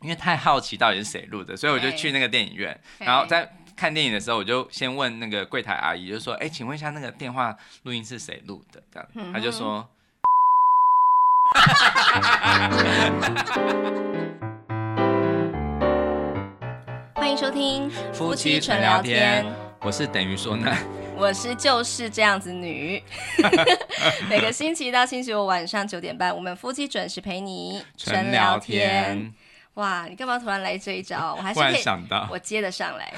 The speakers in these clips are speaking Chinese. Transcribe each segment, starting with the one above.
因为太好奇到底是谁录的，所以我就对去那个电影院，对然后在看电影的时候，我就先问那个柜台阿姨，就说：“哎、请问一下那个电话录音是谁录的？”这样，嗯哼她就说。欢迎收听夫妻纯聊天，我是等于说呢，我是就是这样子女。每个星期一到星期五晚上九点半，我们夫妻准时陪你 纯聊天。，哇，你干嘛突然来这一招？我还是忽可然以，想到，我接得 上来。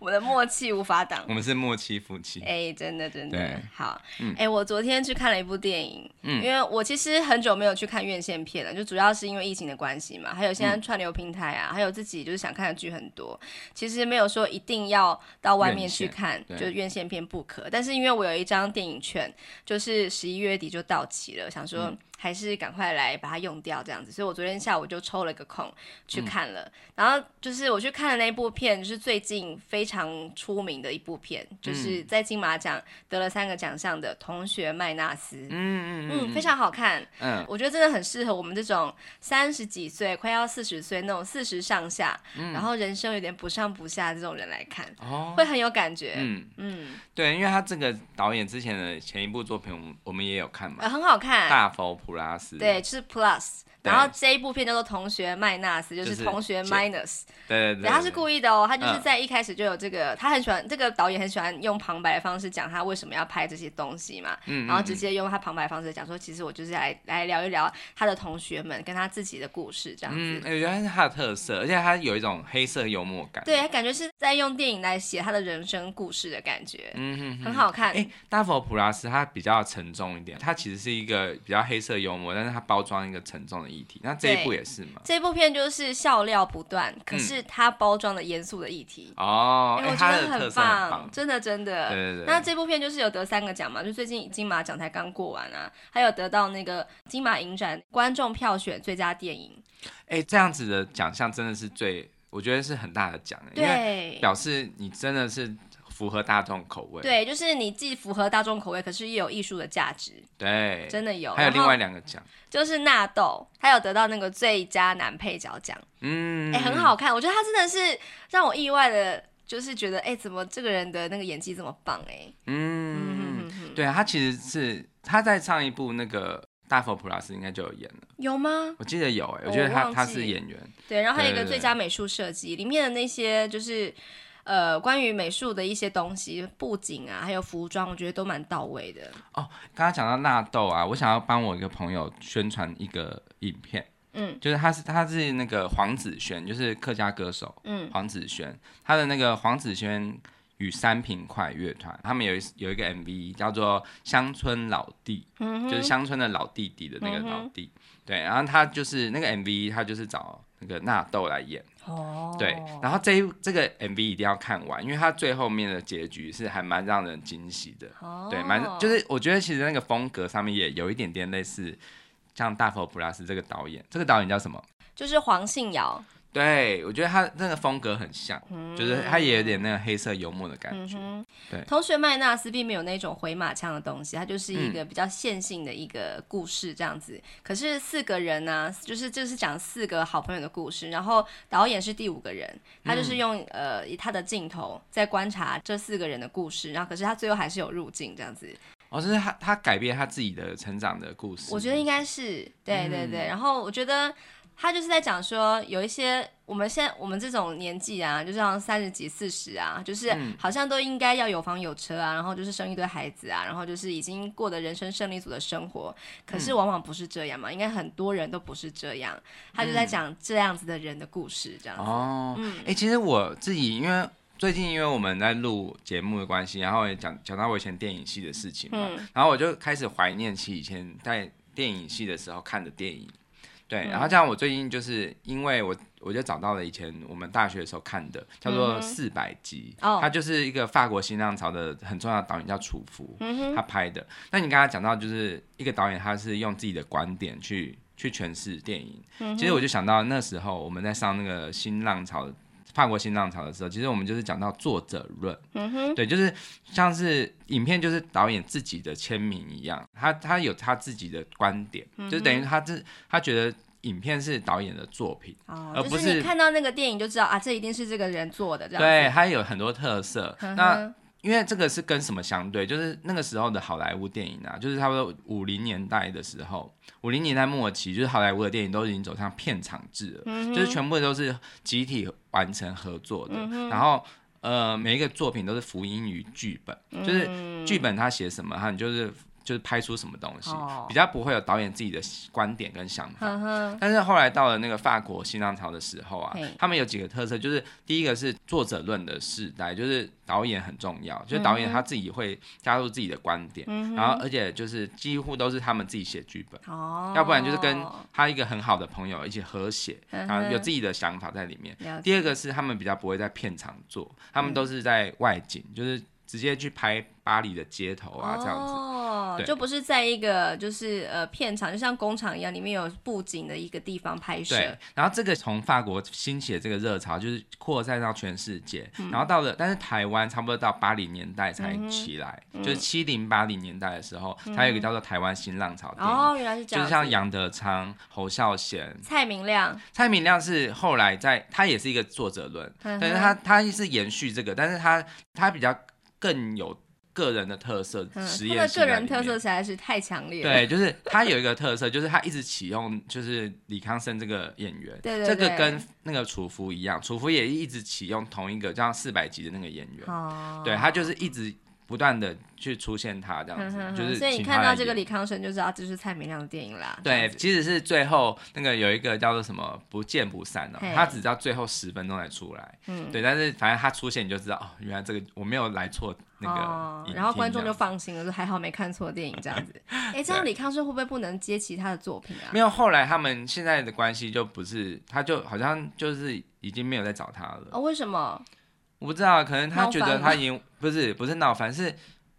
我的默契无法挡我。们是默契夫妻。哎、真的真的对好。哎、嗯我昨天去看了一部电影，嗯因为我其实很久没有去看院线片了，就主要是因为疫情的关系嘛，还有现嗯在串流平台啊，还有自己就是想看的剧很多，其实没有说一定要到外面去看，对就院线片不可。但是因为我有一张电影券，就是十一月底就到期了，想嗯说。还是赶快来把它用掉，这样子。所以我昨天下午就抽了个空嗯去看了，然后就是我去看的那一部片，就是最近非常出名的一部片，嗯就是在金马奖得了三个奖项的《同学麦纳斯》。嗯嗯嗯，非常好看。嗯，我觉得真的很适合我们这种三十几岁、快要四十岁那种四十上下，然后人生有点不上不下这种人来看，嗯哦，会很有感觉。嗯嗯，对，因为他这个导演之前的前一部作品，我们我们也有看嘛，呃很好《看。大佛普拉斯》。对，就是 Plus。对然后这一部片叫做《同学麦纳斯》，就就是是同学 minus，对对对对，他是故意的哦，他就是嗯在一开始就有这个，他很喜欢这个导演很喜欢用旁白的方式讲他为什么要拍这些东西嘛，嗯嗯然后直接用他旁白的方式讲说，其实我就是来来聊一聊他的同学们跟他自己的故事这样子，嗯，我觉得它是他的特色，而且他有一种黑色幽默感。对，感觉是在用电影来写他的人生故事的感觉，嗯哼哼很好看。哎、大佛普拉斯它比较沉重一点，它其实是一个比较黑色幽默，但是它包装一个沉重的议题。那这一部对也是嘛？这部片就是笑料不断，可是它包装了严肃的议题，嗯哦，哎哎、我觉它得的特色棒，很棒。真的真的。对对对那这部片就是有得三个奖嘛，就最近金马奖才刚过完啊，还有得到那个金马影展观众票选最佳电影。哎、这样子的奖项真的是最，我觉得是很大的奖，欸因为对。表示你真的是符合大众口味。对，就是你既符合大众口味，可是又有艺术的价值，对，真的有。还有然后另外两个奖，就是纳豆，他有得到那个最佳男配角奖。嗯，哎、很。好看，我觉得他真的是让我意外的，就是觉得哎、怎么这个人的那个演技这么棒哎、嗯，嗯对啊，他其实是他在上一部那个《大佛普拉斯》应该就有演了，有吗？我记得有哎、哦我我觉得他忘他记是演员，对，然后还有一个对对对最佳美术设计，里面的那些就是呃关于美术的一些东西，布景啊，还有服装，我觉得都蛮到位的。刚刚讲到纳豆啊，我想要帮我一个朋友宣传一个影片，嗯就是他是他是那个黄子轩，就是客家歌手嗯，黄子轩，他的那个黄子轩与三品快乐团，他们有一有一个 MV 叫做《乡村老弟》，嗯就是乡村的老弟弟的那个老弟，对，然后他就是那个 MV，他就是找那个纳豆来演。哦对，然后这一这个 MV 一定要看完，因为它最后面的结局是还蛮让人惊喜的。哦对，蛮就是我觉得其实那个风格上面也有一点点类似，像大佛普拉斯这个导演，这个导演叫什么？就是黄信尧，对，我觉得他那个风格很像，就是他也有点那个黑色幽默的感嗯觉。哼，对同学麦纳斯并没有那种回马枪的东西，它就是一嗯个比较线性的一个故事这样子。可是四个人呢、就是就是讲四个好朋友的故事，然后导演是第五个人，他嗯就是用、呃以他的镜头在观察这四个人的故事，然后可是他最后还是有入境这样子。哦，就是他他改变他自己的成长的嗯故事。我觉得应该是对对对，然后我觉得。他就是在讲说，有一些我们现在我们这种年纪啊，就是好像三十几、四十啊，就是嗯好像都应该要有房有车啊，然后就是生一堆孩子啊，然后就是已经过的人生胜利组的生活。可嗯是往往不是这样嘛，应该很多人都不是这样。他就在讲这样子的人的故事，这样子。嗯嗯哦，哎、其实我自己因为最近因为我们在录节目的关系，然后也讲讲到我以前电影系的事情嘛，嗯然后我就开始怀念起以前在电影系的时候看的电影。对，然后这样我最近就是因为我我就找到了以前我们大学的时候看的，叫做《四百集》哦它就是一个法国新浪潮的很重要的导演叫楚夫，他拍的。那你刚刚讲到就是一个导演，他是用自己的观点去去诠释电影。其实我就想到那时候我们在上那个新浪潮的法国新浪潮的时候，其实我们就是讲到作者论，对，就是像是影片就是导演自己的签名一样，他他有他自己的观点，就是等于他自他觉得影片是导演的作品，哦而，就不是你是看到那个电影就知道啊，这一定是这个人做的这样。对，，它有很多特色。嗯那哼因为这个是跟什么相对？就是那个时候的好莱坞电影啊，就是差不多五零年代的时候，五零年代末期，就是好莱坞的电影都已经走向片场制了，嗯就是全部都是集体完成合作的，然后。呃，每一个作品都是福音于剧本，嗯就是剧本他写什么，他你就是就是拍出什么东西，哦比较不会有导演自己的观点跟想法。嗯哼，但是后来到了那个法国新浪潮的时候啊嘿，他们有几个特色，就是第一个是作者论的时代，就是导演很重要，就是导嗯演他自己会加入自己的观点，然后而且就是几乎都是他们自己写剧本。哦，要不然就是跟他一个很好的朋友一起合写，嗯哼然后有自己的想法在里面。了解第二个是他们比较不会在片场做，他们都是在外景，就是直接去拍巴黎的街头啊这样子。哦，对就不是在一个就是呃片场，就像工厂一样，里面有布景的一个地方拍摄。对，然后这个从法国兴起的这个热潮，就是扩散到全世界，嗯然后到了，但是台湾差不多到八零年代才起来，嗯就是七零八零年代的时候，它有一个叫做台湾新浪潮电影。哦，原来是就这样是子。像杨德昌、侯孝贤、蔡明亮，蔡明亮是后来在，他也是一个作者论，嗯哼但是他他是延续这个，但是他他比较更有个人的特色，嗯，实他验的性在个人里特面色实在是太强烈了。对，就是他有一个特色，就是他一直启用就是李康生这个演员，对对这个对跟那个楚夫一样，楚夫也一直启用同一个这样四百集的那个演员，哦，对他就是一直不断的去出现他这样哼子，嗯哼哼就是所以你请看他到来这个演李康生就知道这是蔡明亮的电影啦。这对，样子其实是最后那个有一个叫做什么不见不散哦嘿，他只到最后十分钟才出来，嗯对，但是反正他出现你就知道哦，原来这个我没有来错那个哦影厅这样子、然后观众就放心了，说还好没看错电影这 样子。哎，这样李康生会不会不能接其他的作品啊没？有，后来他们现在的关系就不是，他就好像就是已经没有在找他了。哦，为什么？我不知道，可能他觉闹得翻吗他已经不是不是闹翻，是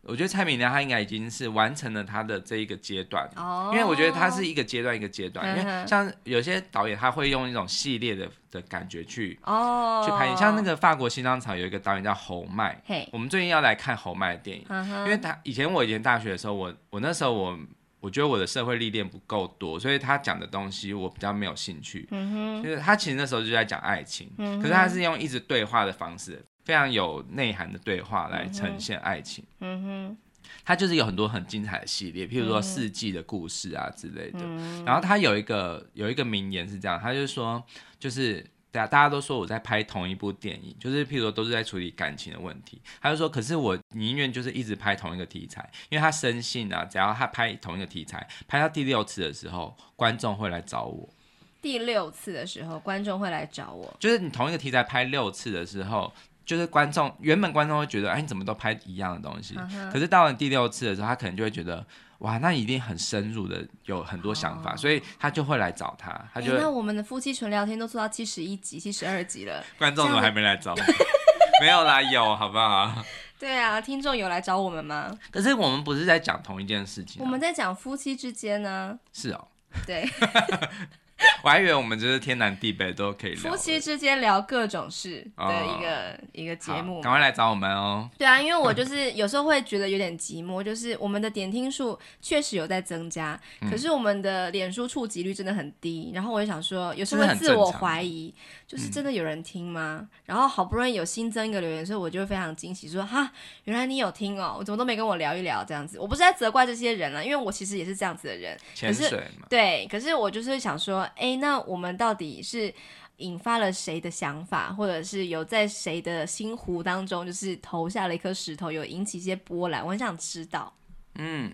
我觉得蔡明亮他应该已经是完成了他的这一个阶段。哦，因为我觉得他是一个阶段一个阶段，因嗯哼为像有些导演他会用一种系列的的感觉去哦去拍，像那个法国新浪潮有一个导演叫侯麦，嘿，我们最近要来看侯麦的电影，嗯哼因为他以前我以前大学的时候，我我那时候我我觉得我的社会历练不够多，所以他讲的东西我比较没有兴趣。嗯哼，就是他其实那时候就在讲爱情，可是他是用一直对话的方式，非常有内涵的对话来呈现爱情。嗯哼，他就是有很多很精彩的系列，譬如说四季的故事啊之嗯类的。然后他有一个有一个名言是这样，他就说，就是大大家都说我在拍同一部电影，就是譬如说都是在处理感情的问题。他就说，可是我宁愿就是一直拍同一个题材，因为他深信啊，只要他拍同一个题材，拍到第六次的时候，观众会来找我。第六次的时候，观众会来找我。就是你同一个题材拍六次的时候，就是观众原本观众会觉得，哎，你怎么都拍一样的东西？嗯可是到了第六次的时候，他可能就会觉得，哇，那一定很深入的有很多想法，所以他就会来找他，他哦哎就那会我们的夫妻纯聊天都做到七十一集、七十二 集了，观众怎么还没来找我？ 没有啦，有好不好？对啊，听众有来找我们吗？可是我们不是在讲同一件事情啊、我们在讲夫妻之间呢，是哦，对，我还以为我们就是天南地北都可以聊夫的。啊妻之间聊各种事的一个、一个节好目嘛赶快来找我们哦！对啊，因为我就是有时候会觉得有点寂寞，就是我们的点听数确实有在增加，嗯可是我们的脸书触及率真的很低。然后我就想说，有时候这会是很自我正常嗯怀疑，就是真的有人听吗？然后好不容易有新增一个留言，所以我就会非常惊喜说，哈，原来你有听哦，我怎么都没跟我聊一聊这样子。我不是在责怪这些人了，因为我其实也是这样子的人，潜水嘛，对，可是我就是想说，哎，那我们到底是引发了谁的想法，或者是有在谁的心湖当中，就是投下了一颗石头，有引起一些波澜？我很想知道。嗯，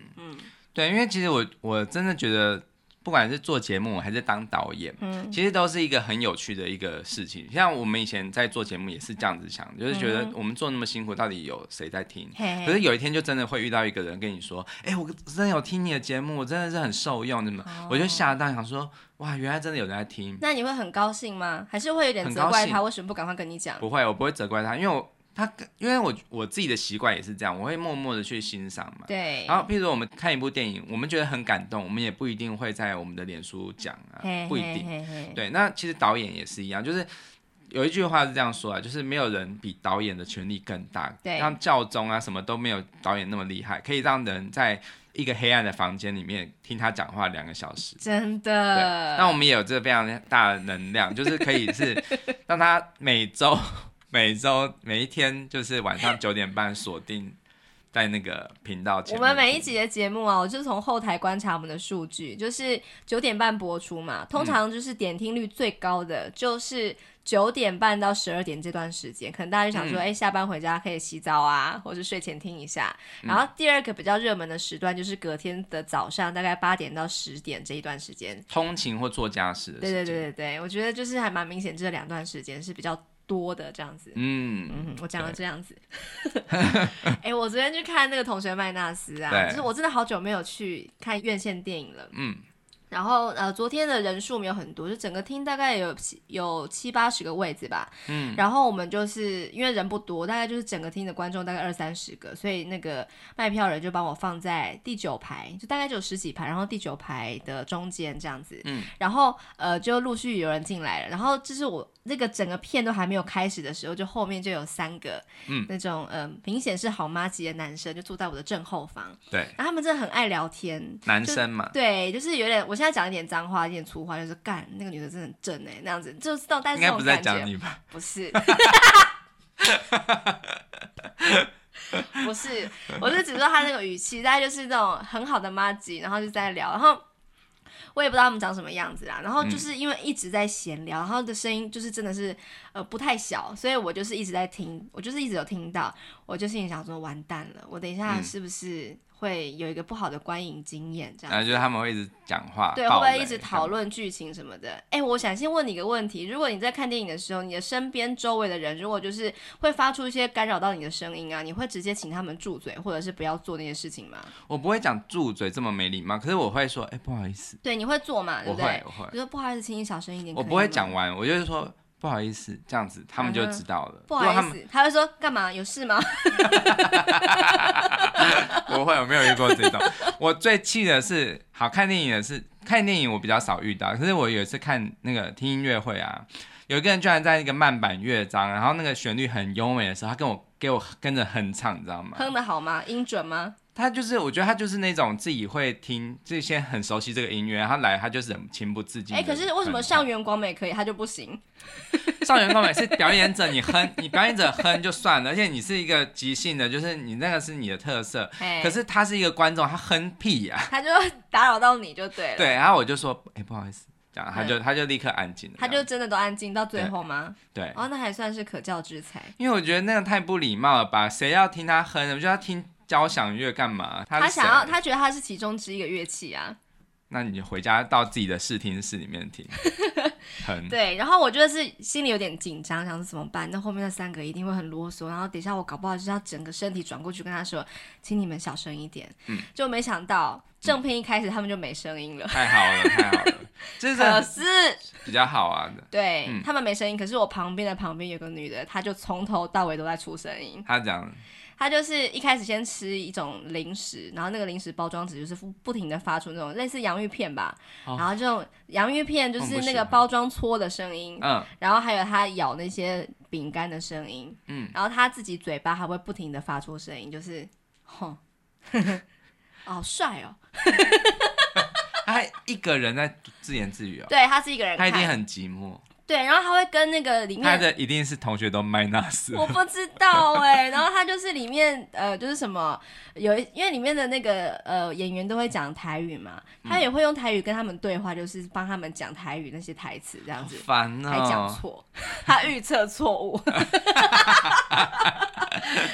对，因为其实我我真的觉得，不管是做节目还是当导演，嗯其实都是一个很有趣的一个事情。像我们以前在做节目也是这样子想，就是觉得嗯我们做那么辛苦，到底有谁在听？嘿可是有一天就真的会遇到一个人跟你说：“哎、我真的有听你的节目，我真的是很受用，怎么？”哦我就吓到想说：“哇，原来真的有人在听。那你会很高兴吗？还是会有点很责高怪兴他为什么不赶快跟你讲”？不会，我不会责怪他，因为我他因为我我自己的习惯也是这样，我会默默的去欣赏嘛。对，然后，譬如说我们看一部电影，我们觉得很感动，我们也不一定会在我们的脸书讲啊嘿，不一嘿定。嘿嘿对，那其实导演也是一样，就是有一句话是这样说啊，就是没有人比导演的权力更大，对像教宗啊什么都没有导演那么厉害，可以让人在一个黑暗的房间里面听他讲话两个小时。真对，的。那我们也有这非常大的能量，就是可以 是让他每周、每周、每一天，就是晚上九点半锁定在那个频道前我面。们每一集的节目啊，我就是从后台观察我们的数据，就是九点半播出嘛，嗯通常就是点听率最高的，就是九点半到十二点这段时间，可能大家就想说，嗯哎、下班回家可以洗澡啊，或是睡前听一下。嗯然后第二个比较热门的时段就是隔天的早上，大概八点到十点这一段时间。通勤或做家事的对时对间对，对对，我觉得就是还蛮明显，这两段时间是比较多的这样子。嗯，嗯，我讲到对这样子。 哎、我昨天去看那个《同学麦纳斯》啊，对就是我真的好久没有去看院线电影了。嗯，然后呃，昨天的人数没有很多，就整个厅大概有七有七八十个位置吧。嗯，然后我们就是因为人不多，大概就是整个厅的观众大概二三十个，所以那个卖票人就帮我放在第九排，就大概就有十几排，然后第九排的中间这样子。嗯，然后呃，就陆续有人进来了。然后就是我那个整个片都还没有开始的时候，就后面就有三个，嗯，那种呃明显是好妈级的男生就坐在我的正后方，对，然后他们真的很爱聊天，男生嘛，对，就是有点，我现在讲一点脏话，一点粗话，就是干那个女的真的很正哎、那样子，就是到但应是该那种不是在感讲觉，你吧？不是， 不是，我是只说她那个语气，大概就是那种很好的妈吉，然后就在聊，然后。我也不知道他们长什么样子啦，然后就是因为一直在闲聊，然后的声音就是真的是呃不太小，所以我就是一直在听，我就是一直有听到，我就心里想说完蛋了，我等一下嗯是不是会有一个不好的观影经验这样子然后就是他们会一直讲话，对，会啊爆不会雷一直这样讨论剧情什么的？哎、我想先问你一个问题：如果你在看电影的时候，你的身边周围的人如果就是会发出一些干扰到你的声音啊，你会直接请他们住嘴，或者是不要做那些事情吗？我不会讲住嘴这么没礼貌，可是我会说，哎、不好意思，对，你会做嘛？对我不会对，？我会，就说不好意思，请你小声一点。我可不以会吗讲完，我就是说不好意思，这样子他们就嗯哼知道了。不如果好他意们思，他会说干嘛？有事吗？ 不会，我没有遇过这种。我最气的是，好看电影的是看电影，我比较少遇到。可是我有一次看那个听音乐会啊，有一个人居然在一个慢板乐章，然后那个旋律很优美的时候，他跟我给我跟着哼唱，你知道吗？哼的好吗？音准吗？他就是，我觉得他就是那种自己会听这些很熟悉这个音乐，然后来他就是很情不自禁哎、地哼唱。可是为什么上原光美可以，他就不行？少年宫每是表演者，你哼，你表演者哼就算了，而且你是一个即兴的，就是你那个是你的特色。哎、可是他是一个观众，他哼屁呀、他就打扰到你就对了。对，然后我就说，哎、不好意思，这样他就他就立刻安静了，他这就样真的都安静到最后吗？对，哦，那还算是可教之才。因为我觉得那个太不礼貌了吧，谁要听他哼？我就要听交响乐干嘛？他他是谁想要，，他觉得他是其中之一个乐器啊。那你回家到自己的视听室里面 听哼，对，然后我就是心里有点紧张，想说怎么办？那后面那三个一定会很啰嗦，然后等一下我搞不好就是要整个身体转过去跟他说，请你们小声一点。嗯就没想到正片一开始他们就没声音了，太好了，太好 了，这可是是比较好玩的。对、嗯他们没声音，可是我旁边的旁边有个女的，她就从头到尾都在出声音。他讲，她就是一开始先吃一种零食，然后那个零食包装纸就是不不停的发出那种类似洋芋片吧，哦然后这种洋芋片就我是不那喜个欢包装搓的声音，嗯然后还有他咬那些饼干的声音，嗯，然后他自己嘴巴还会不停的发出声音，就是哼， 哦好帅哦，他还一个人在自言自语哦，对他是一个人他看一，定很寂寞，对，然后他会跟那个里他面。的一定是同学都麦纳斯，我不知道哎、然后他就是里面呃，就是什么有一，因为里面的那个呃演员都会讲台语嘛，他也会用台语跟他们对话，就是帮他们讲台语那些台词这样好子。烦还讲哦，错， 他预测错误，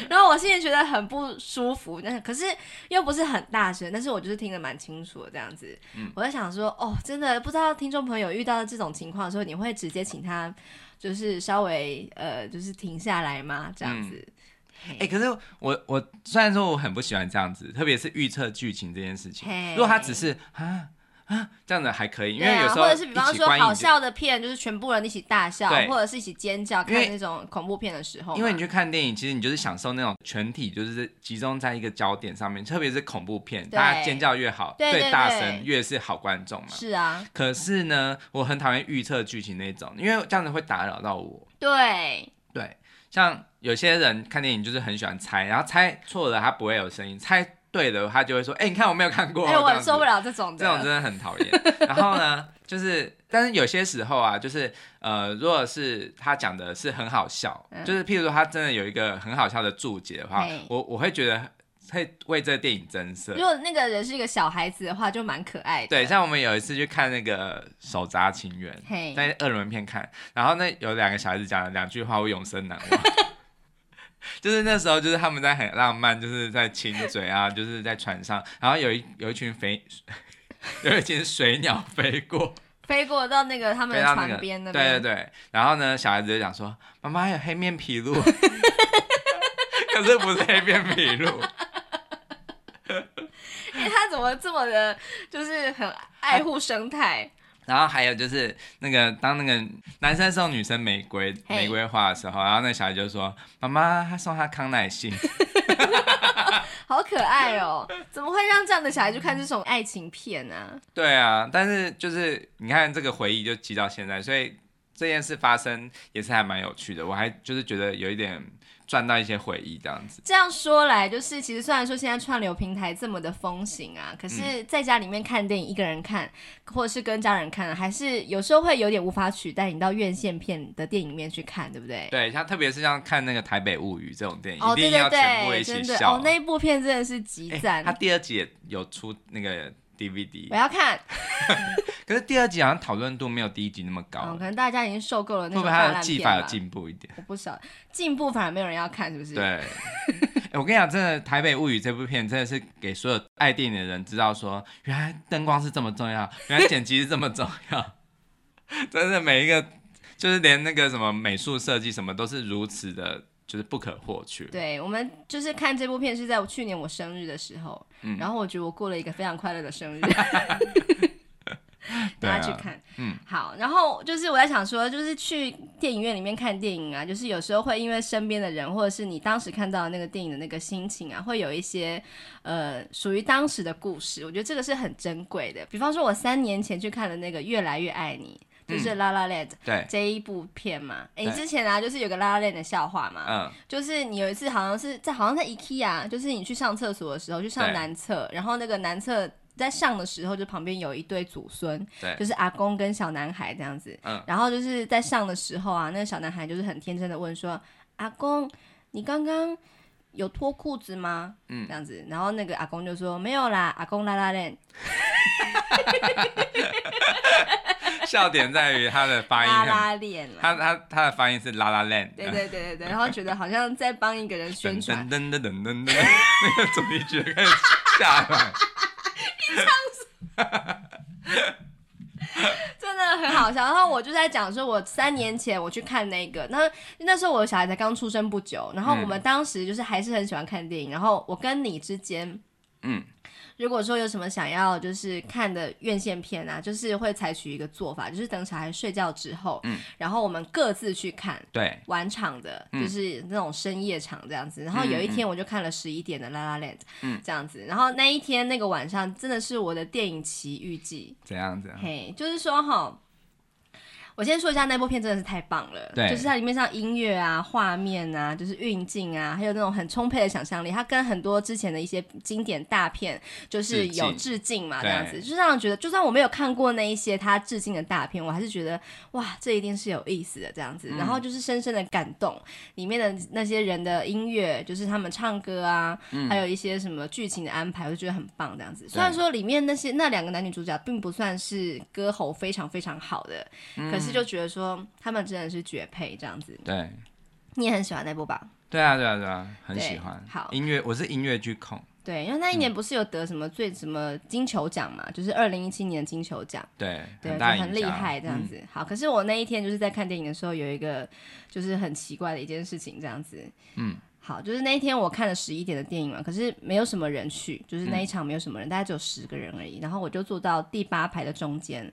然后我心里觉得很不舒服，但可是又不是很大声，但是我就是听得蛮清楚的这样子。嗯我在想说，哦，真的不知道听众朋友遇到这种情况的时候，你会直接请他就是稍微呃，就是停下来吗？这样子，哎、可是我我虽然说我很不喜欢这样子，特别是预测剧情这件事情嘿，如果他只是啊啊这样子还可以，因对为啊有时或候者是比方一起说观影好就，笑的片，就是全部人一起大笑，对或者是一起尖叫，因为看那种恐怖片的时候嘛，因为你去看电影，其实你就是享受那种全体就是集中在一个焦点上面，特别是恐怖片，对大家尖叫越好，对对大对声越是好观众嘛。是啊，可是呢，我很讨厌预测剧情那种，因为这样子会打扰到我。对，对，像有些人看电影就是很喜欢猜，然后猜错了他不会有声音，猜对的，他就会说，哎、你看我没有看过，哎，我这很样子受不了这种这种真的。的很讨厌。 然后呢，就是但是有些时候啊，就是呃，如果是他讲的是很好笑，嗯就是譬如说他真的有一个很好笑的注解的话嘿，我我会觉得会为这个电影增色如。果那个人是一个小孩子的话，就蛮可爱的。对，像我们有一次去看那个《手札情缘嘿》，在二轮片看，然后那有两个小孩子讲了两句话，我永生难忘。 就是那时候，就是他们在很浪漫，就是在亲嘴啊，就是在船上，然后有一有一群飞， 有一群水鸟飞过，飞过到那个他们飞的到那个船边那对对边。对，然后呢，小孩子就讲说：“妈妈有黑面琵 鹭。”可是不是黑面琵鹭，哎他怎么这么的，就是很爱护生哎态？然后还有就是那个当那个男生送女生玫瑰嘿玫瑰花的时候，然后那小孩就说：“妈妈，他送她康乃馨。好可爱 哦！怎么会让这样的小孩去看这种爱情片呢、啊？”对啊，但是就是你看这个回忆就积到现在，所以这件事发生也是还蛮有趣的，我还就是觉得有一点赚到一些回忆这样子。这样说来，就是其实虽然说现在串流平台这么的风行啊，可嗯是在家里面看电影，一个人看，或者是跟家人看，还是有时候会有点无法取代你到院线片的电影里面去看，对不对？对，像特别是像看那个《台北物语》这种电影，哦，一对定要对全部对，一起真的笑。哦，那一部片真的是极欸赞，他第二集也有出那个我 DVD，要看、可是第二集好像讨论度没有第一集那么高，哦，可能大家已经受够了那会不会种大他的烂技片法有吧。进步一点？我不晓得进步反而没有人要看，是不是？对。欸我跟你讲，真的，《台北物语》这部片真的是给所有爱电影的人知道说原来灯光是这么重要，原来剪辑是这么重要， 真的每一个就是连那个什么美术设计什么都是如此的，就是不可或缺。对，我们就是看这部片是在我去年我生日的时候，嗯然后我觉得我过了一个非常快乐 的生日，对大家去啊看。嗯，好，然后就是我在想说，就是去电影院里面看电影啊，就是有时候会因为身边的人或者是你当时看到的那个电影的那个心情啊，会有一些呃属于当时的故事，我觉得这个是很珍贵的。比方说，我三年前去看的那个《越来越爱你》，就是《La La Land》对，这一部片嘛，诶，嗯你对之前啊，就是有个《La La Land》的笑话嘛，嗯，就是你有一次好像是在好像在 IKEA，就是你去上厕所的时候，去上对男厕，然后那个男厕在上的时候，就旁边有一对祖孙，对就是阿公跟小男孩这样子。嗯然后就是在上的时候啊，那个小男孩就是很天真的问说：“阿公，你刚刚有脱裤子吗？”嗯这样子，然后那个阿公就说：“没有啦，阿公拉拉链，笑点在于他的发音拉很，拉链啦。他他他的发音是啦啦 land。对对对对对，然后觉得好像在帮一个人宣传，嗯噔噔噔噔噔噔，那个主题曲 开始下来。真的很好笑。然后我就在讲说，我三年前我去看那个，那那时候我的小孩才刚出生不久，然嗯后我们当时就是还是很喜欢看电影，然后我跟你之间。嗯，如果说有什么想要就是看的院线片啊，就是会采取一个做法，就是等小孩睡觉之后，嗯然后我们各自去看对，晚场的，嗯就是那种深夜场这样子。然后嗯有一天我就看了十一点的《La La Land》，嗯这样子。然后那一天那个晚上真的是我的电影奇遇记，怎样啊怎样？嘿，就是说哈，我先说一下那部片真的是太棒了，对就是它里面像音乐啊、画面啊、就是运镜啊，还有那种很充沛的想象力，它跟很多之前的一些经典大片就致是敬有致敬嘛，这对样子，就是让人觉得，就算我没有看过那一些他致敬的大片，我还是觉得哇，这一定是有意思的这样子，嗯然后就是深深的感动里面的那些人的音乐，就是他们唱歌啊，还有一些什么剧情的安排，我就觉得很棒这样子。虽然说里面那些那两个男女主角并不算是歌喉非常非常好的，可是就觉得说他们真的是绝配这样子。对，你也很喜欢那部吧？对啊，对啊，对啊，很喜对欢。好音乐我是音乐剧控。对，因为那一年不是有得什么最什么金球奖嘛，就是二零一七年的金球奖。对，对，就大影很厉响害这样嗯子。好，可是我那一天就是在看电影的时候，有一个就是很奇怪的一件事情，这样子。嗯，好，就是那一天我看了十一点的电影嘛，可是没有什么人去，就是嗯那一场没有什么人，大概只有十个人而已。然后我就坐到第八排的中间，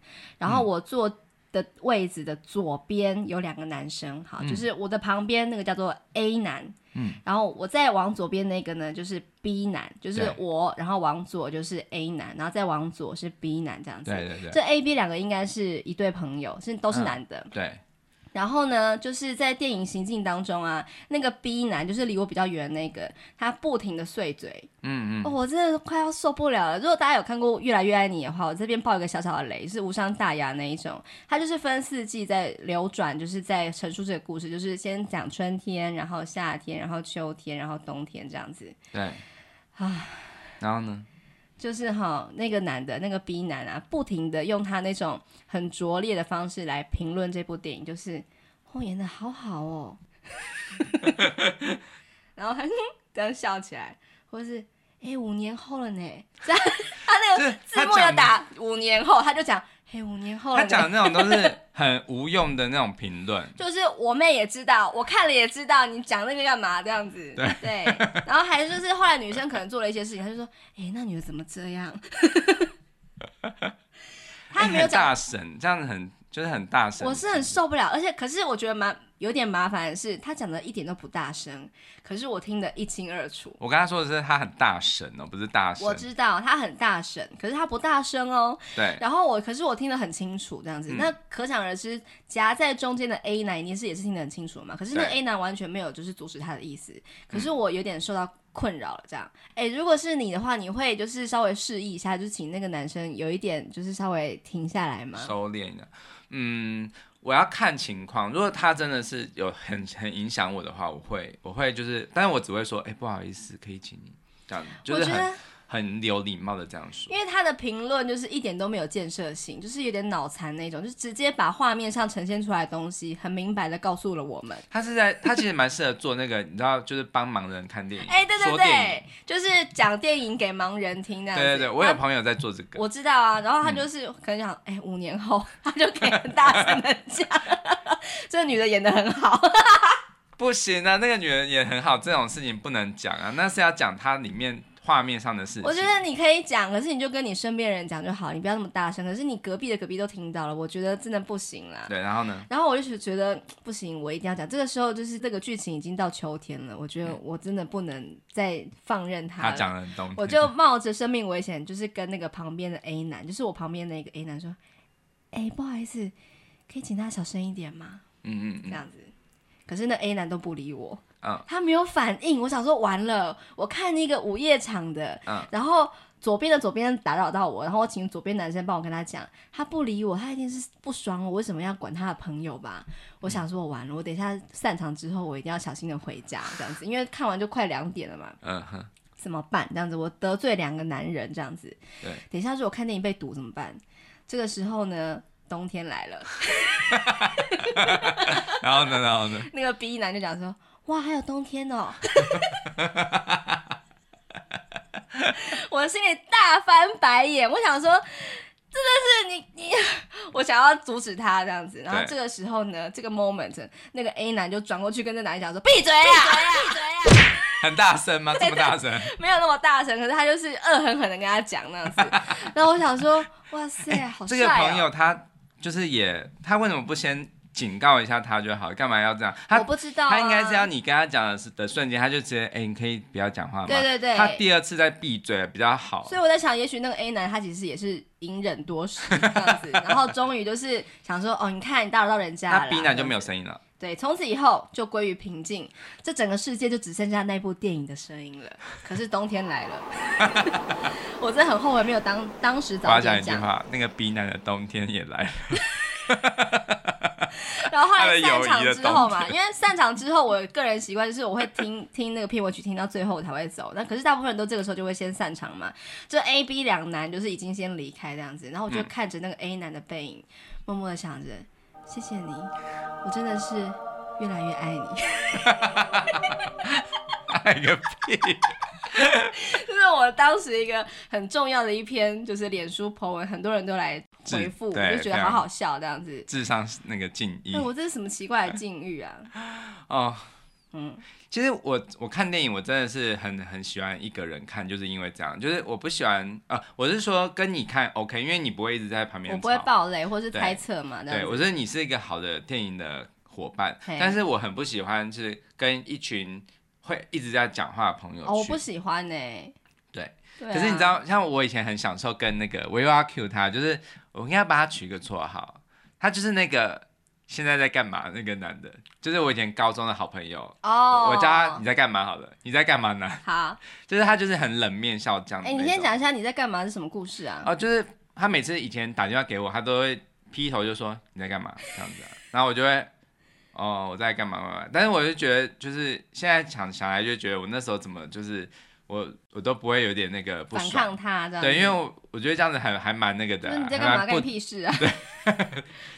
嗯然后我坐。的位置的左边有两个男生，好，嗯就是我的旁边那个叫做 A 男，嗯，然后我再往左边那个呢就是 B 男，就是对我，然后往左就是 A 男，然后再往左是 B 男这样嗯子，对对对嗯这 A、B 两个应该是一对朋友，是都是男的。对然后呢，就是在电影行进当中啊，那个 B 男就是离我比较远那个，他不停的碎嘴，嗯嗯，哦，我真的快要受不了了。如果大家有看过《越来越爱你》的话，我这边爆一个小小的雷，是无伤大雅那一种。它就是分四季在流转，就是在陈述这个故事，就是先讲春天，然后夏天，然后秋天，然后冬天这样子。对，然后呢？就是哈，那个男的，那个 B 男啊，不停的用他那种很拙劣的方式来评论这部电影，就是哦演的好好哦， 然后他 这样笑起来，或是哎、五年后了呢，这样他那就个是字他幕要讲的打五年后，他就讲嘿五年后了他呢，讲的那种都是很无用的那种评 论，就是我妹也知道，我看了也知道，你讲那个干嘛这样子？对然后还就是后来女生可能做了一些事情，她就说：“哎、那女的怎么 这样？” 她没有哎很讲，大神，这样子很就是很大神。我是很受不了，而且可是我觉得蛮有点麻烦的是，她讲的一点都不大声，可是我听得一清二楚。我跟他说的是他很大神哦，不是大神我。知道她很大声，可是她不大声哦。对，然后我，可是我听得很清楚，这样子，嗯那可想而知，夹在中间的 A 男一定是也是听得很清楚嘛。可是那对嗯 A 男完全没有就是阻止他的意思，可是我有点受到困扰了。这样，哎、如果是你的话，你会就是稍微示意一下，就是请那个男生有一点就是稍微停下来吗？收敛的。嗯，我要看情况。如果他真的是有很很影响我的话，我会我会就是，但是我只会说，哎、不好意思，可以请你这样，就我是觉很得，很有礼貌的这样说。因为他的评论就是一点都没有建设性，就是有点脑残那种，就是直接把画面上呈现出来的东西很明白的告诉了我们。他是在他其实蛮适合做那个，你知道，就是帮盲人看电影，哎、对对说电对影。，就是讲电影给盲人听那样对子。对对，我有嗯他朋友在做这个，我知道啊，然后他就是、可能想，哎、五年后他就可以很大声的讲， 这个女的演的很好，不行啊，那个女人也很好，这种事情不能讲啊，那是要讲她里面画面上的事情。我觉得你可以讲，可是你就跟你身边人讲就好，你不要那么大声。可是你隔壁的隔壁都听到了，我觉得真的不行啦。对，然后呢？然后我就是觉得不行，我一定要讲。这个时候就是这个剧情已经到秋天了，我觉得我真的不能再放任他她了。讲了东西，我就冒着生命危险，就是跟那个旁边的 A 男，就是我旁边那个 A 男说：“哎、不好意思，可以请他小声一点吗？”嗯嗯这嗯，样子。可是那 A 男都不理我，嗯他没有反应。我想说完了，我看那个午夜场的，嗯然后左边的左边打扰到我，然后我请左边男生帮我跟他讲，他不理我，他一定是不爽我为什么要管他的朋友吧？嗯我想说完了，我等一下散场之后，我一定要小心的回家这样子，因为看完就快两点了嘛，嗯哼，怎么办？这样子，我得罪两个男人这样子。对，等一下如果看电影被堵怎么办？这个时候呢，冬天来了。然后呢，然后呢？ 那个 B 男就讲说：“哇，还有冬天哦！” 我心里大翻白眼，我想说，真的是你你，我想要阻止他这样子。然后对这个时候呢，这个 moment，那个 A 男就转过去跟这男人讲说：“闭嘴啊，闭嘴啊！”很大声吗？这么大声？ 没有那么大声，可是他就是恶狠狠的跟他讲那样子。 然后我想说，哇塞，好哎这帅、哦！个朋友他就是也，他为什么不先警告一下他就好？干嘛要这样？我他不知道、啊，他应该是要你跟他讲的是的瞬间，他就直接哎、你可以不要讲话吗？对对对他第二次再闭嘴比较好。所以我在想，也许那个 A 男他其实也是隐忍多时这样子，然后终于就是想说，哦，你看你打扰到人家了啦啊那，B 男就没有这样子。声音了。对，从此以后就归于平静，这整个世界就只剩下那部电影的声音了。可是冬天 来了，我真的很后悔没有当当时我早要讲点一句讲。话，那个 B 男的冬天也来了。 然后后他的来友散谊场的之冬后嘛，因为散场之后，我个人习惯就是我会听听那个片尾曲，听到最后我才会走。那可是大部分人都这个时候就会先散场嘛，就 A、B 两男就是已经先离开这样子，然后我嗯就看着那个 A 男的背影，默默的想着，谢谢你，我真的是越来越爱你。 爱个屁！这是我当时一个很重要的一篇，就是脸书 po 文，很多人都来回复，我是对啊嗯就觉得好好笑这样子。致上那个敬意那。我这是什么奇怪的境遇啊？哦，嗯，其实我我看电影，我真的是很很喜欢一个人看，就是因为这样，就是我不喜欢啊、我是说跟你看 OK，因为你不会一直在旁边，我不会。爆雷或是猜测嘛，啊这样对，子我觉得你是一个好的电影的伙伴，嘿但是我很不喜欢就是跟一群会一直在讲话的朋友去。哦，我不喜欢呢、对对啊、可是你知道，像我以前很享受跟那个我又要 Q 他，就是我应该帮他取一个绰号，他就是那个现在在干嘛？那个男的，就是我以前高中的好朋友，哦，我叫他你在干嘛好了，你在干嘛呢？ 好，就是他就是很冷面笑匠。哎、你先。讲一下你在干嘛是什么故事啊？嗯哦，就是他每次以前打电话给我，他都会劈头就说你在干嘛这样子、啊，然后我就会。哦，我在干嘛干嘛？但是我就觉得，就是现在想想来，就觉得我那时候怎么就是我我都不会有点那个不反爽，抗他这样子，对，因为我我觉得这样子还还蛮那个的就啊、是你还在干嘛蛮干你不屁事啊？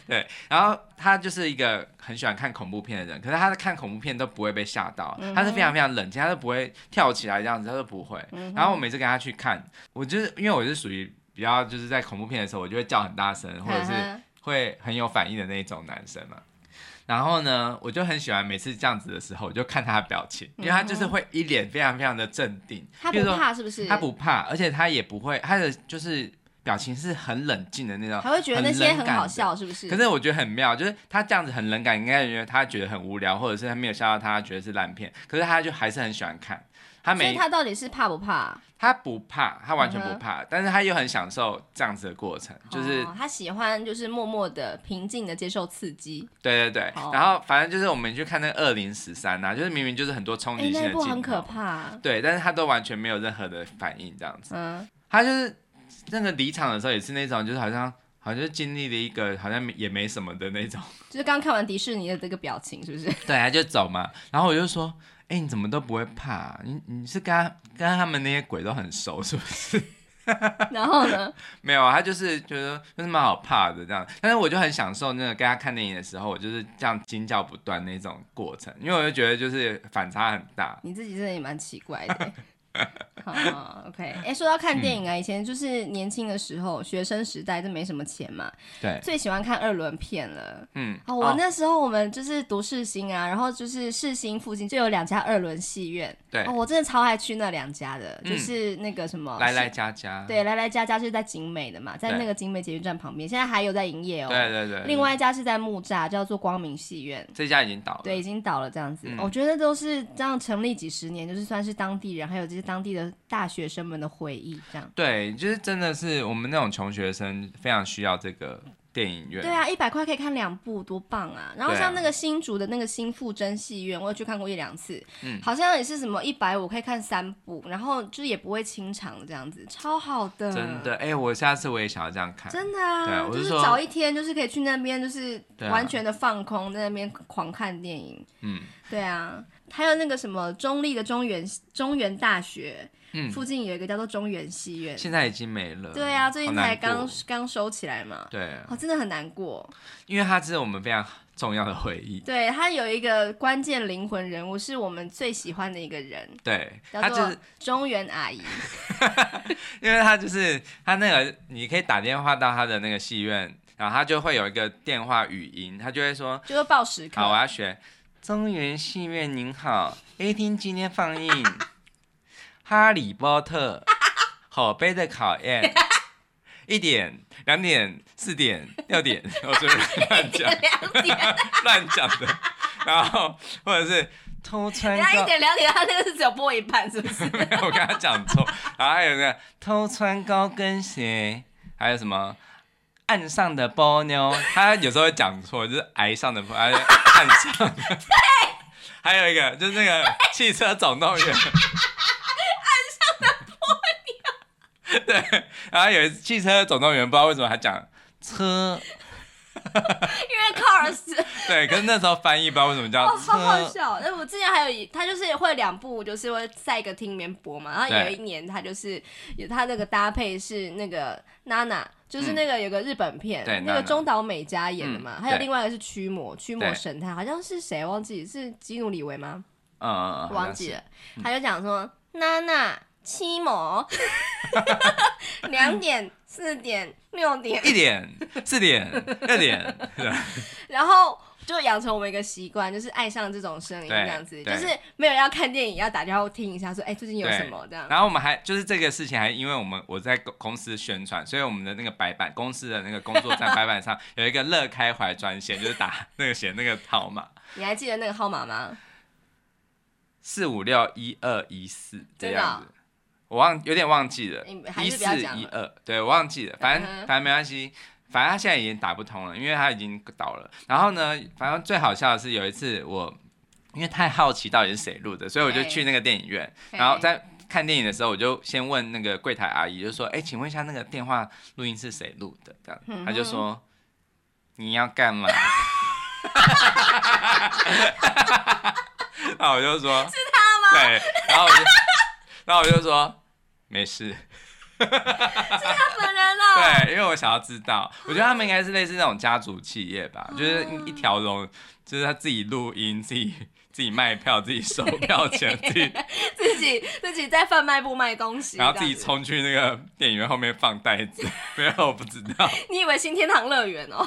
对，然后他就是一个很喜欢看恐怖片的人，可是他看恐怖片都不会被吓到，他是非常非常冷静，他都不会跳起来这样子，他都不会。然后我每次跟他去看，我就是因为我是属于比较就是在恐怖片的时候，我就会叫很大声， 或 者是嗯会很有反应的那一种男生嘛。然后呢，我就很喜欢每次这样子的时候，我就看他的表情，因为他就是会一脸非常非常的镇定，他比不如说怕是不是？他，不怕，而且他也不会，他的就是表情是很冷静的那种。还会觉得那些很冷很感好的笑是不是？可是我觉得很妙，就是他这样子很冷感，应该觉得他觉得很无聊，或者是他没有笑到他觉得是烂片，可是他就还是很喜欢看。他所以每他到底是怕不怕？他不怕，他完全嗯不哼怕，但是他又很享受这样子的过程，就是哦他喜欢就是默默的平静的接受刺激。对对对哦，然后反正就是我们去看那个二零十三呐，就是明明就是很多冲哎、击性那一的部镜很可头，怕。对，但是他都完全没有任何的反应，这样子。嗯，他就是那个离场的时候也是那种，就是好像好像就经历了一个好像也没什么的那种，就是刚看完迪士尼的这个表情，是不 是？对，他就走嘛。然后我就说，哎、你怎么都不会怕啊、你你是跟他跟他们那些鬼都很熟是不 是？然后呢？没有啊，他就是觉得有什么好怕的这样。但是我就很享受那个跟他看电影的时候，我就是这样惊叫不断那种过程，因为我就觉得就是反差很大。你自己真的也蛮奇怪的。欸好，OK。哎、说到看电影嗯啊，以前就是年轻的时候，学生时代，这没什么钱嘛，对，最喜欢看二轮片了。嗯，哦，我那时候我们就是读世新啊，然后就是世新附近就有两家二轮戏院，对哦，我真的超爱去那两家的，嗯就是那个什么来来加加，对，来来家家是在景美的嘛，在对那个景美捷运站旁边，现在还有在营业哦。对对对，另外一家是在木栅，叫做光明戏院。这家已经倒了，对，已经倒了这样子，嗯我觉得都是这样成立几十年，就是算是当地人，还有这些当地的大学生们的回忆，这样。对，就是真的是我们那种穷学生非常需要这个电影院，对啊，一百块可以看两部，多棒啊！然后对啊像那个新竹的那个新富真戏院，我有去看过一两次，嗯好像也是什么一百五可以看三部，然后就是也不会清场这样子，超好的，真的，哎、我下次我也想要这样看，真的对啊啊，我就是是说早一天，就是可以去那边，就是对啊完全的放空，在那边狂看电影。嗯，对啊，还有那个什么中立的中原中原大学，嗯附近有一个叫做中原戏院。现在已经没了，对啊，最近好难才刚过刚收起来嘛。对，哦，真的很难过。因为它是我们非常重要的回忆， 对他有一个关键灵魂人物，是我们最喜欢的一个人，对，叫它就做是中原阿姨。因为它就是它那个，你可以打电话到它的那个戏院，然后它就会有一个电话语音，它就会说，就是报时刻。好，我要学中原戏院您好，A 厅今天放映 《哈利波特》口碑的考 验，一点、两点、四点、六点，我随便乱讲两点， 乱讲的，然后或者是偷穿人家高一点两点，他那个是只有播一半，是不是？ 没有，我跟他讲错。然后还有那个偷穿高跟鞋，还有什么岸上的波妞，他有时候会讲错，就是 崖上的波，还有岸上的。还有一个就是那个汽车总动 员，岸上的波妞。对，然后有一次汽车总动员，不知道为什么他讲车，因为 Cars 对，可是那时候翻译不知道为什么叫哦，超好车，笑！那我之前还有一，他就是会两部，就是会在一个厅里面播嘛。然后有对一年他就是有他那个搭配是那个娜娜，就是那个有个日本片，嗯对那个 Nana 中岛美嘉演的嘛。嗯还有对另外一个是驱魔，驱魔对神探好像是谁忘记是基努里维吗？嗯嗯，嗯我忘记。了。他就讲说娜娜七魔， 两点四点六点好像是一点、四点、六 点，然后就养成我们一个习惯，就是爱上这种声音对这样子，就对是没有要看电影，要打电话听一下说，哎，最近有对什么这样。然后我们还就是这个事情，还因为我们我在公公司宣传，所以我们的那个白板，公司的那个工作 站白板上有一个乐开怀专线，就是打那个写那个号码你还记得那个号码吗？四五六一二一四这真的哦样子。我忘有点忘记了你，还一是不要四讲了一二，对我忘记了，反正嗯哼反正没关系。反正他现在已经打不通了，因为他已经倒了。然后呢，反正最好笑的是有一次我因为太好奇到底是谁录的，所以我就嘿去那个电影院，嘿然后在看电影的时候，我就先问那个柜台阿姨，就说：“哎、请问一下那个电话录音是谁录的？”这样，嗯他就说：“你要干 嘛？”然后我就说：“是他吗？”对，然后我就，然后我就说：“没事。”他本人哦、对，因为我想要知 道，我觉得他们应该是类似那种家族企业吧，就是一一条龙，就是他自己录音、自己自己卖票、自己收票 钱、自己，自己自己在贩卖部卖东西，然后自这己样子。冲去那个电影院后面放袋 子。没有，我不知道。你以为新天堂乐园哦？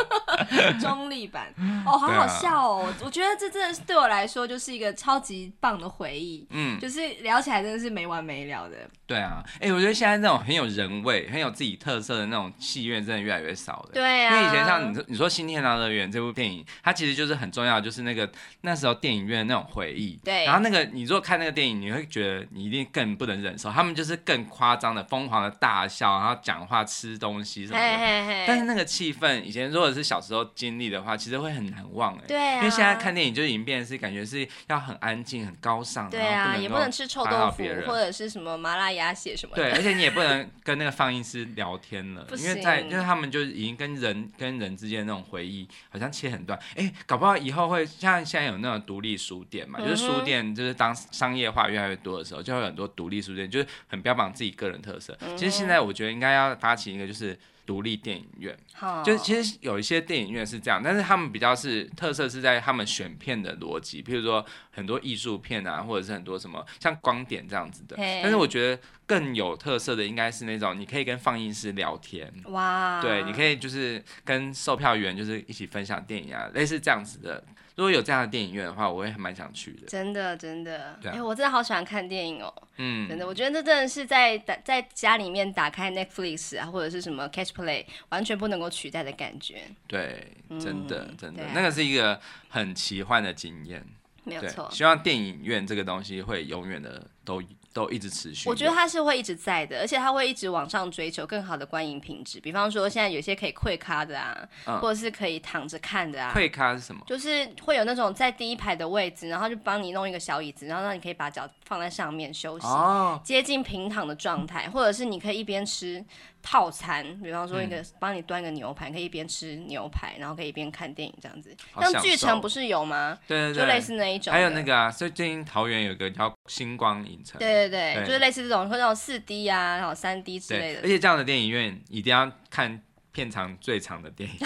中立版哦，好对好啊笑哦！我觉得这真的是对我来说就是一个超级棒的回忆，嗯，就是聊起来真的是没完没了的。对啊，哎、我觉得现在那种很有人味、很有自己特色的那种戏院，真的越来越少了。对因啊，为以前像你说你说《新天堂乐园》这部电影，它其实就是很重要，就是那个那时候电影院的那种回忆。对然后那个你如果看那个电影，你会觉得你一定更不能忍受，他们就是更夸张的、疯狂的大笑，然后讲话、吃东西什么嘿的。嘿但是嘿，那个气氛，以前如果是小时候经历的话，其实会很难忘哎。对啊，因为现在看电影就已经变成是感觉是要很安静、很高尚，对然后啊，不也不够能吃臭打豆扰腐别人或者是什么麻辣鸭血什么 对，的。而且你也不能跟那个放映师聊天了不，因为在行就是他们就已经跟人跟人之间的那种回忆好像切很断。哎、搞不好以后会像现在有那种独立书店嘛，就是嗯书哼店就是当商业化越来越多的时候，就会有很多独立书店，就是很标榜自己个人特色。其实嗯现在我觉得应该要发起一个就是。独立电影院，好，就是其实有一些电影院是这样，但是他们比较是特色是在他们选片的逻辑，譬如说很多艺术片啊，或者是很多什么像光点这样子的。嘿但是我觉得更有特色的应该是那种你可以跟放映师聊天，哇，对，你可以以就是跟售票员就是一起分享电影啊，类似这样子的。如果有这样的电影院的话，我会蛮想去的。真的真的，对哎、啊我真的好喜欢看电影哦、嗯，真的，我觉得这真的是在打在家里面打开 Netflix 啊，或者是什么 Catch Play，完全不能够取代的感觉，对，真的嗯真的对啊，那个是一个很奇幻的经验。没有对错，。希望电影院这个东西会永远的都都一直持续。我觉得它是会一直在的，而且它会一直往上追求更好的观影品质。比方说，现在有些可以跪咖的啊，嗯或者是可以躺着看的啊，退咖是什么？就是会有那种在第一排的位置，然后就帮你弄一个小椅子，然后让你可以把脚放在上面休息。哦，接近平躺的状态，或者是你可以一边吃套餐，比方说一个嗯帮你端一个牛排，可以一边吃牛排，然后可以一边看电影这样子。好像享巨受城不是有吗？对对对，就类似那一种的。还有那个啊，最近桃园有个叫星光影城，对对对，对就是类似这种，或者那种四 D 啊，然后三 D 之类对，而的。且这样的电影院一定要看片长最长的 电影，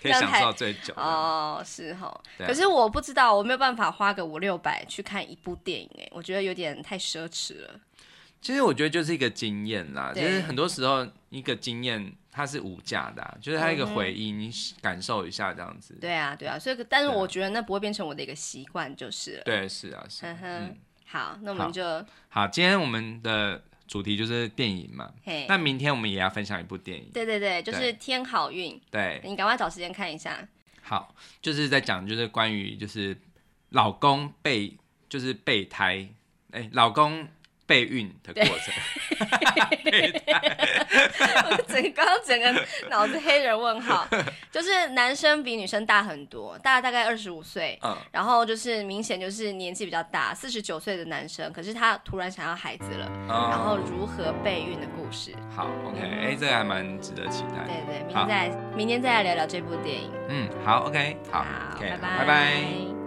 可以享受最久的。哦，是哈，对啊可是我不知道，我没有办法花个五六百去看一部电影，哎，我觉得有点太奢侈了。其实我觉得就是一个经验啦，就对是很多时候一个经验它是无价的、啊，就是它一个嗯哼回忆，你感受一下这样子。对啊，对啊，所以但是对啊我觉得那不会变成我的一个习惯就是了。对，是啊，是啊嗯嗯哼，，好，那我们好就好，今天我们的主题就是电影嘛，嘿，那明天我们也要分享一部电影，对对对，就是对天好运。对，你赶快找时间看一下。 好，就是在讲就是关于就是老公备就是备胎，哎、老公备孕的过程。我整个刚刚整个脑子黑人问号， 就是男生比女生大很多，大大概二十五岁。嗯，然后就是明显就是年纪比较大，四十九岁的男生，可是他突然想要孩子了，然然后如何备孕的故事。哦好，OK，哎、这个还蛮值得期对待。对，明好天再来明天再来聊聊这部电影。嗯，好，OK，好好， ，OK，好拜拜拜拜